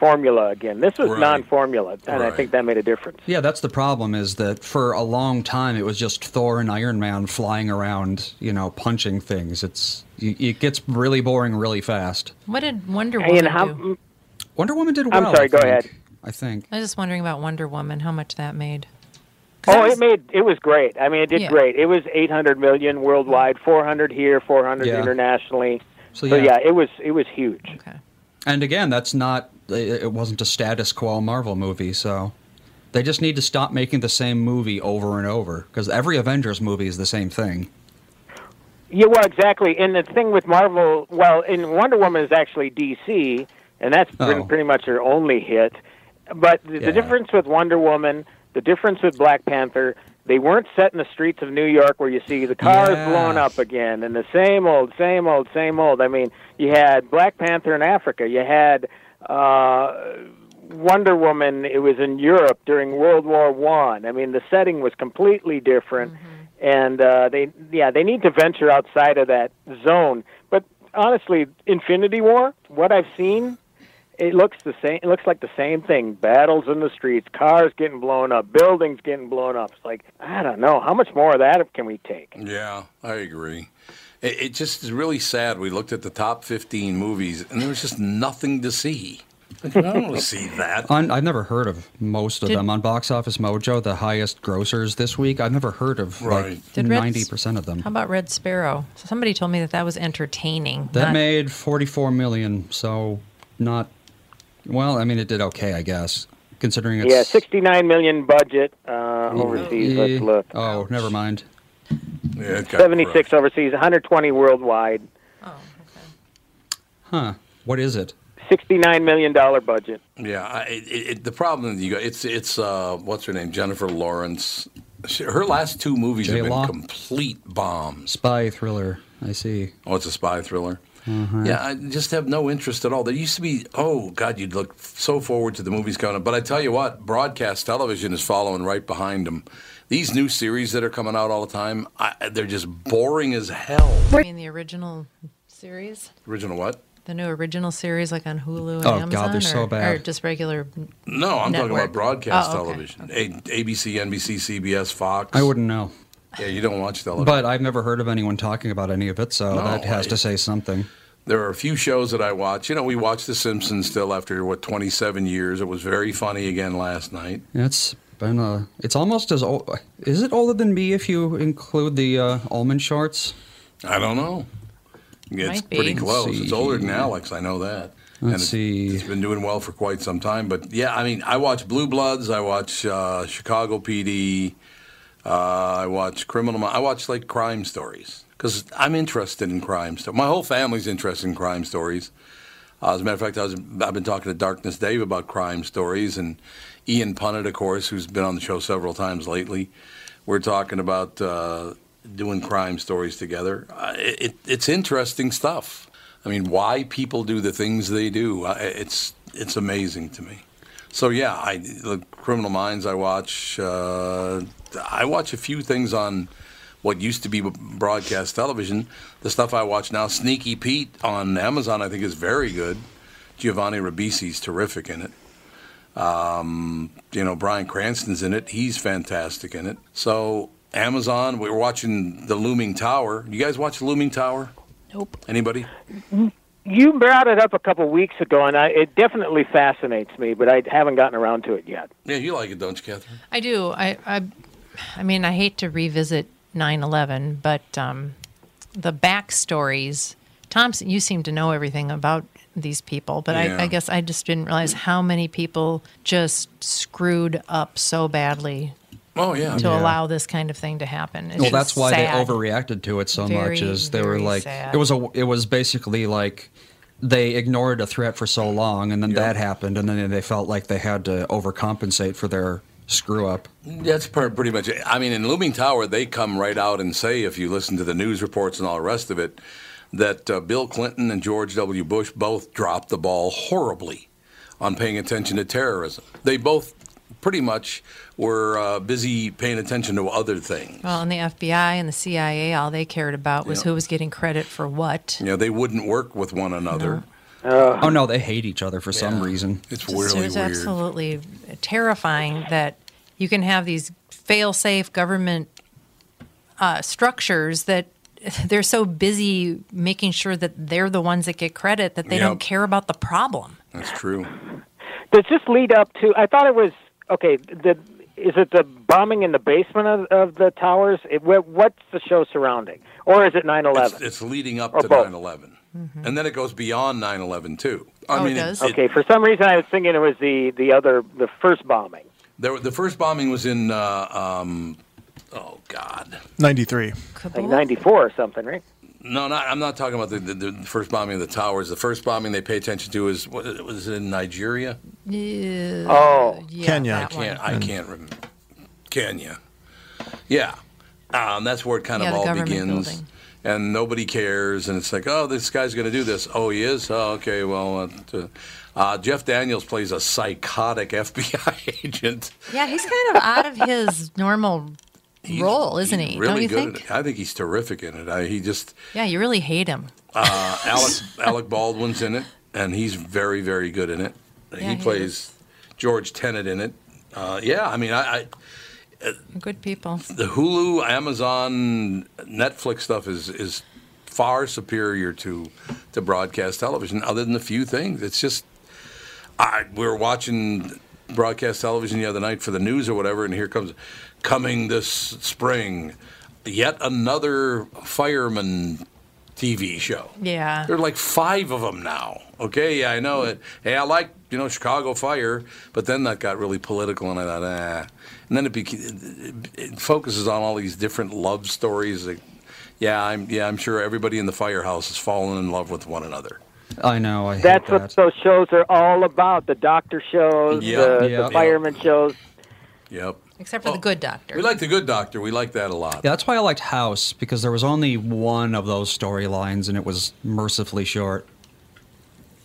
S7: formula again. This was
S3: Right.
S7: non-formula, and I think that made a difference.
S3: Yeah, that's the problem is that for a long time it was just Thor and Iron Man flying around, you know, punching things. It's y- it gets really boring really fast.
S2: What did Wonder
S7: Hey,
S2: Woman
S7: and how-
S2: do?
S3: Wonder Woman did
S7: I'm
S3: well.
S7: sorry,
S3: I
S7: go
S3: think.
S7: ahead.
S3: I think.
S2: I was just wondering about Wonder Woman, how much that made.
S7: Oh, it made it was great. I mean, it did
S2: Yeah.
S7: great. It was 800 million worldwide, 400 here, 400
S3: Yeah.
S7: internationally.
S3: So,
S7: so
S3: yeah.
S7: yeah, it was it was huge.
S3: And again, that's not it it wasn't a status quo Marvel movie, so they just need to stop making the same movie over and over because every Avengers movie is the same thing.
S7: Yeah, well, exactly. And the thing with Marvel, well, and Wonder Woman is actually DC, and that's been
S3: Oh.
S7: pretty much her only hit. But the, the difference with Wonder Woman, the difference with Black Panther, they weren't set in the streets of New York where you see the cars
S3: Yeah.
S7: blown up again and the same old, same old, same old. I mean, you had Black Panther in Africa, you had uh, Wonder Woman. It was in Europe during World War One. I. I mean, the setting was completely different, and uh, they yeah they need to venture outside of that zone. But honestly, Infinity War, what I've seen, it looks the same. It looks like the same thing: battles in the streets, cars getting blown up, buildings getting blown up. It's like I don't know how much more of that can we take.
S1: Yeah, I agree. It, it just is really sad. We looked at the top 15 movies, and there was just nothing to see. Like, I don't want to see that.
S3: On, I've never heard of most of
S1: Did-
S3: them on Box Office Mojo, the highest grossers this week. I've never heard of
S1: Right.
S3: like
S2: Did Red
S3: ninety percent of them.
S2: How about Red Sparrow? Somebody told me that that was entertaining.
S3: That
S2: not-
S3: made 44 million, so not well, I mean it did okay, I guess, considering it's
S7: Yeah, sixty-nine million budget uh, overseas.
S3: Eh,
S7: Let's look.
S3: Oh, never mind.
S1: Yeah,
S7: Seventy-six overseas, one hundred twenty worldwide,
S3: Huh. What is it?
S7: sixty-nine million dollar budget.
S1: Yeah, I, it, it, the problem that you got it's it's uh, what's her name Jennifer Lawrence. She, her last two movies have
S3: J-Law?
S1: been complete bombs.
S3: Spy thriller. I see.
S1: Oh, it's a spy thriller.
S3: Mhm.
S1: Yeah, I just have no interest at all. There used to be, oh God, you'd look so forward to the movies coming up. But I tell you what, broadcast television is following right behind them. These new series that are coming out all the time, I, they're just boring as hell.
S2: I mean, the original series,
S1: Original what?
S2: the new original series, like on Hulu and
S1: Oh, God,
S2: Amazon,
S1: they're
S2: or,
S1: so bad.
S2: or just regular.
S1: No, I'm talking
S2: network?
S1: about broadcast
S2: Oh, okay.
S1: television. A, ABC, NBC, CBS, Fox.
S3: I wouldn't know.
S1: Yeah, you don't watch television.
S3: But I've never heard of anyone talking about any of it, so
S1: No,
S3: that has
S1: I-
S3: to say something.
S1: There are a few shows that I watch. You know, we watch The Simpsons still after what 27 years. It was very funny again last night.
S3: It's been a, it's almost as old. Is it older than me if you include the uh, almond shorts?
S1: I don't know. It's
S3: Might be.
S1: pretty close.
S3: Let's
S1: It's
S3: see
S1: older than
S3: here.
S1: Alex. I know that. and it's, it's been doing well for quite some time. But yeah, I mean, I watch Blue Bloods, I watch uh, Chicago PD, uh, I watch Criminal, Mi- I watch like crime stories because I'm interested in crime stuff. My whole family's interested in crime stories. Uh, as a matter of fact, I was, I've been talking to Darkness Dave about crime stories, and Ian Punnett, of course, who's been on the show several times lately. We're talking about uh, doing crime stories together. Uh, it, it, it's interesting stuff. I mean, why people do the things they do, uh, it's it's amazing to me. So yeah, I the Criminal Minds I watch. Uh, I watch a few things on what used to be broadcast television. The stuff I watch now, Sneaky Pete on Amazon, I think is very good. Giovanni Ribisi's terrific in it. Um, you know, Brian Cranston's in it. He's fantastic in it. So Amazon, we were watching The Looming Tower. You guys watch The Looming Tower?
S4: Nope.
S1: Anybody?
S7: You brought it up a couple weeks ago, and I, it definitely fascinates me, but I haven't gotten around to it yet.
S1: Yeah, you like it, don't you, Catherine?
S2: I do. I, I, I mean, I hate to revisit 9/11, but um, the backstories. Thompson, you seem to know everything about these people, but
S10: Yeah.
S2: I, I guess I just didn't realize how many people just screwed up so badly.
S1: Oh, yeah.
S2: To
S3: Yeah.
S2: allow this kind of thing to happen. It's
S3: well,
S2: just
S3: that's why
S2: sad.
S3: they overreacted to it so
S2: Very,
S3: much. Is they were
S2: very
S3: like,
S2: sad.
S3: it was a, it was basically like they ignored a threat for so long, and then that happened, and then they felt like they had to overcompensate for their screw up.
S1: That's per- pretty much it. I mean, in Looming Tower, they come right out and say, if you listen to the news reports and all the rest of it, that uh, Bill Clinton and George W. Bush both dropped the ball horribly on paying attention to terrorism. They both pretty much were uh, busy paying attention to other things.
S2: Well, and the FBI and the CIA, all they cared about was
S1: Yeah.
S2: who was getting credit for what.
S1: You know, they wouldn't work with one another.
S3: oh no, they hate each other for some reason.
S1: It's
S2: It's-
S1: really
S2: it's
S1: weird.
S2: absolutely terrifying that you can have these fail-safe government uh, structures that they're so busy making sure that they're the ones that get credit that they don't
S7: Yep.
S2: care about the problem.
S1: That's true.
S7: Does this lead up to? I thought it was okay. The is it the bombing in the basement of, of the towers? It, wh- what's the show surrounding, or is it nine
S1: It's,
S7: eleven?
S1: it's leading up
S7: Or
S1: to
S7: both.
S1: 9 11. And then it goes beyond 9 11, too.
S7: Oh,
S1: I
S2: Oh,
S1: mean,
S7: okay. For some reason, I was thinking it was the the other the first bombing.
S1: There, the first bombing was in, uh, um, oh God,
S5: 93.
S7: Like 94 or something, right?
S1: no, not, I'm not talking about the, the, the first bombing of the towers. The first bombing they pay attention to is what it was in Nigeria.
S2: Yeah.
S1: Oh. I can't. I can't remember. Kenya. Yeah, um, that's where it kind
S2: Yeah,
S1: of
S2: the
S1: all
S2: government
S1: begins,
S2: building.
S1: and nobody cares, and it's like, oh, this guy's going to do this. Oh, he is. Oh, okay. Well, uh, uh, Jeff Daniels plays a psychotic FBI agent.
S2: Yeah, he's kind of out of his normal role, isn't he?
S1: Really
S2: don't you
S1: good.
S2: think?
S1: At it. I think he's terrific in it. I, he just
S2: Yeah, you really hate him.
S1: uh, Alec Alec Baldwin's in it, and he's very very good in it.
S2: Yeah,
S1: he
S2: he
S1: plays George Tenet in it. Uh, yeah, I mean, I, I
S2: Good people.
S1: the Hulu, Amazon, Netflix stuff is is far superior to to broadcast television. Other than a few things, it's just I, we were watching broadcast television the other night for the news or whatever, and here comes coming this spring, yet another fireman TV show.
S2: Yeah.
S1: There are like five of them now. Okay, yeah, I know it. Hey, I like you know Chicago Fire, but then that got really political, and I thought, ah. And then it, beca- it- it focuses on all these different love stories. Like, yeah, I'm yeah, I'm sure everybody in the firehouse has fallen in love with one another.
S3: I know. I hate
S7: That's
S3: that.
S7: what those shows are all about. The doctor shows,
S1: Yeah.
S7: the,
S1: Yeah.
S7: the fireman shows.
S1: Yep.
S2: Except for the good doctor.
S1: Oh. We like the Good Doctor. We like that a lot.
S3: Yeah, that's why I liked House because there was only one of those storylines, and it was mercifully short.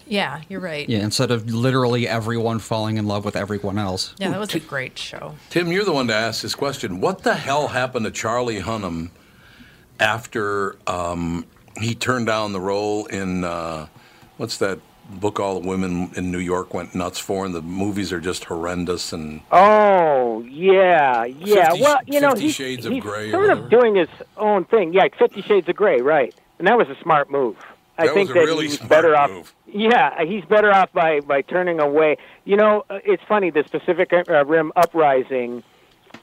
S2: Yeah, you're right.
S3: Yeah, instead of literally everyone falling in love with everyone else.
S2: Yeah, that was a great show.
S1: Tim, you're the one to ask this question. What the hell happened to Charlie Hunnam after um, he turned down the role in uh, what's that book all the women in New York went nuts for, and the movies are just horrendous and
S7: Oh yeah, yeah.
S1: 50
S7: well, you know,
S1: Fifty
S7: he's,
S1: Shades of
S7: he's
S1: Grey or
S7: sort of doing his own thing. Yeah, Fifty Shades of Grey, right? And that was a smart move. I
S1: That
S7: think
S1: was a
S7: that
S1: really
S7: he was
S1: smart
S7: better
S1: move.
S7: off. Yeah, he's better off by by turning away. You know, uh, it's funny the Pacific uh, Rim uprising.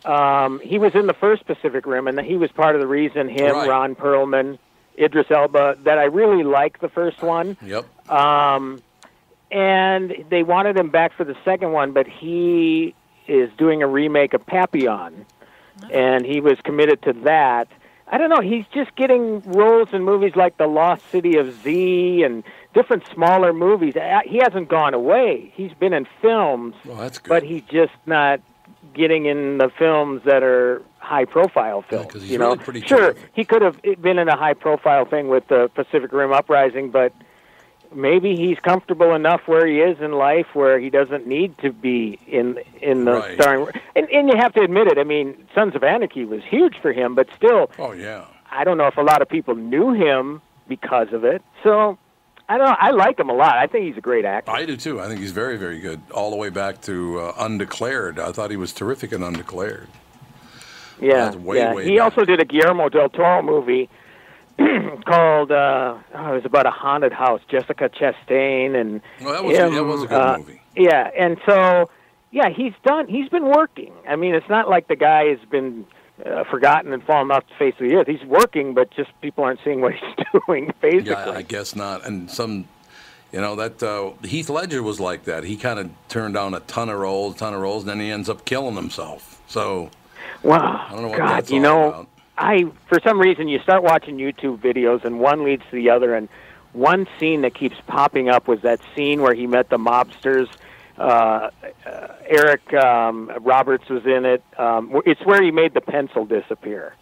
S7: Um, he was in the first Pacific Rim, and he was part of the reason him,
S11: Right.
S7: Ron Perlman, Idris Elba, that I really liked the first one.
S1: Yep.
S7: Um, and they wanted him back for the second one, but he is doing a remake of Papillon, and he was committed to that. I don't know. He's just getting roles in movies like The Lost City of Z and different smaller movies. Uh, He hasn't gone away. He's been in films, but he's just not getting in the films that are high profile films.
S1: he's
S7: you know,
S1: really pretty
S7: sure he could have been in a high profile thing with the Pacific Rim Uprising, but maybe he's comfortable enough where he is in life where he doesn't need to be in in the
S1: Right.
S7: starring and, and you have to admit it i mean sons of anarchy was huge for him but still
S1: Oh yeah.
S7: i don't know if a lot of people knew him because of it so i don't know i like him a lot i think he's a great actor
S1: I do too. I think he's very, very good. All the way back to uh, Undeclared. I thought he was terrific in Undeclared.
S7: yeah,
S1: That's way,
S7: yeah.
S1: way
S7: he
S1: back.
S7: also did a guillermo del toro movie called uh oh, it was about a haunted house jessica chastain and
S1: Well, that was,
S7: him,
S1: that was a good
S7: uh,
S1: movie.
S7: Yeah, and so yeah, he's done. He's been working. I mean, it's not like the guy has been uh, forgotten and fallen off the face of the earth. He's working, but just people aren't seeing what he's doing. Basically,
S1: Yeah, I guess not. And some, you know, that uh, Heath Ledger was like that. He kind of turned down a ton of roles, ton of roles, and then he ends up killing himself. So,
S7: Wow,
S1: I don't know what
S7: God,
S1: that's
S7: you
S1: all
S7: know,
S1: about.
S7: I for some reason you start watching YouTube videos and one leads to the other, and one scene that keeps popping up was that scene where he met the mobsters. Uh, uh, Eric um, Roberts was in it. Um, it's where he made the pencil disappear,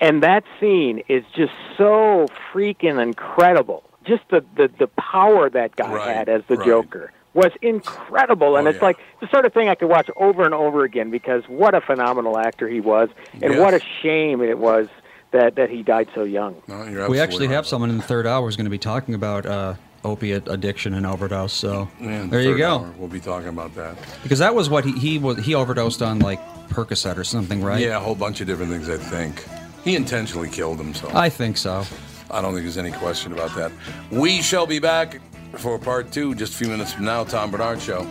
S7: and that scene is just so freaking incredible. Just the the, the power that guy had as the
S10: right.
S7: Joker was incredible, and it's like the sort of thing I could watch over and over again because what a phenomenal actor he was, and
S3: Yes.
S7: what a shame it was that that he died so young.
S3: we actually have someone in the third hour who's going to be talking about uh, opiate addiction and overdose. So
S1: man,
S3: there you
S1: third
S3: go.
S1: hour, we'll be talking about that.
S3: Because that was what he he was he overdosed on like Percocet or something, right?
S1: Yeah, a whole bunch of different things, I think. He intentionally killed himself.
S3: I think so.
S1: I don't think there's any question about that. We shall be back for part two just a few minutes from now. Tom Bernard Show.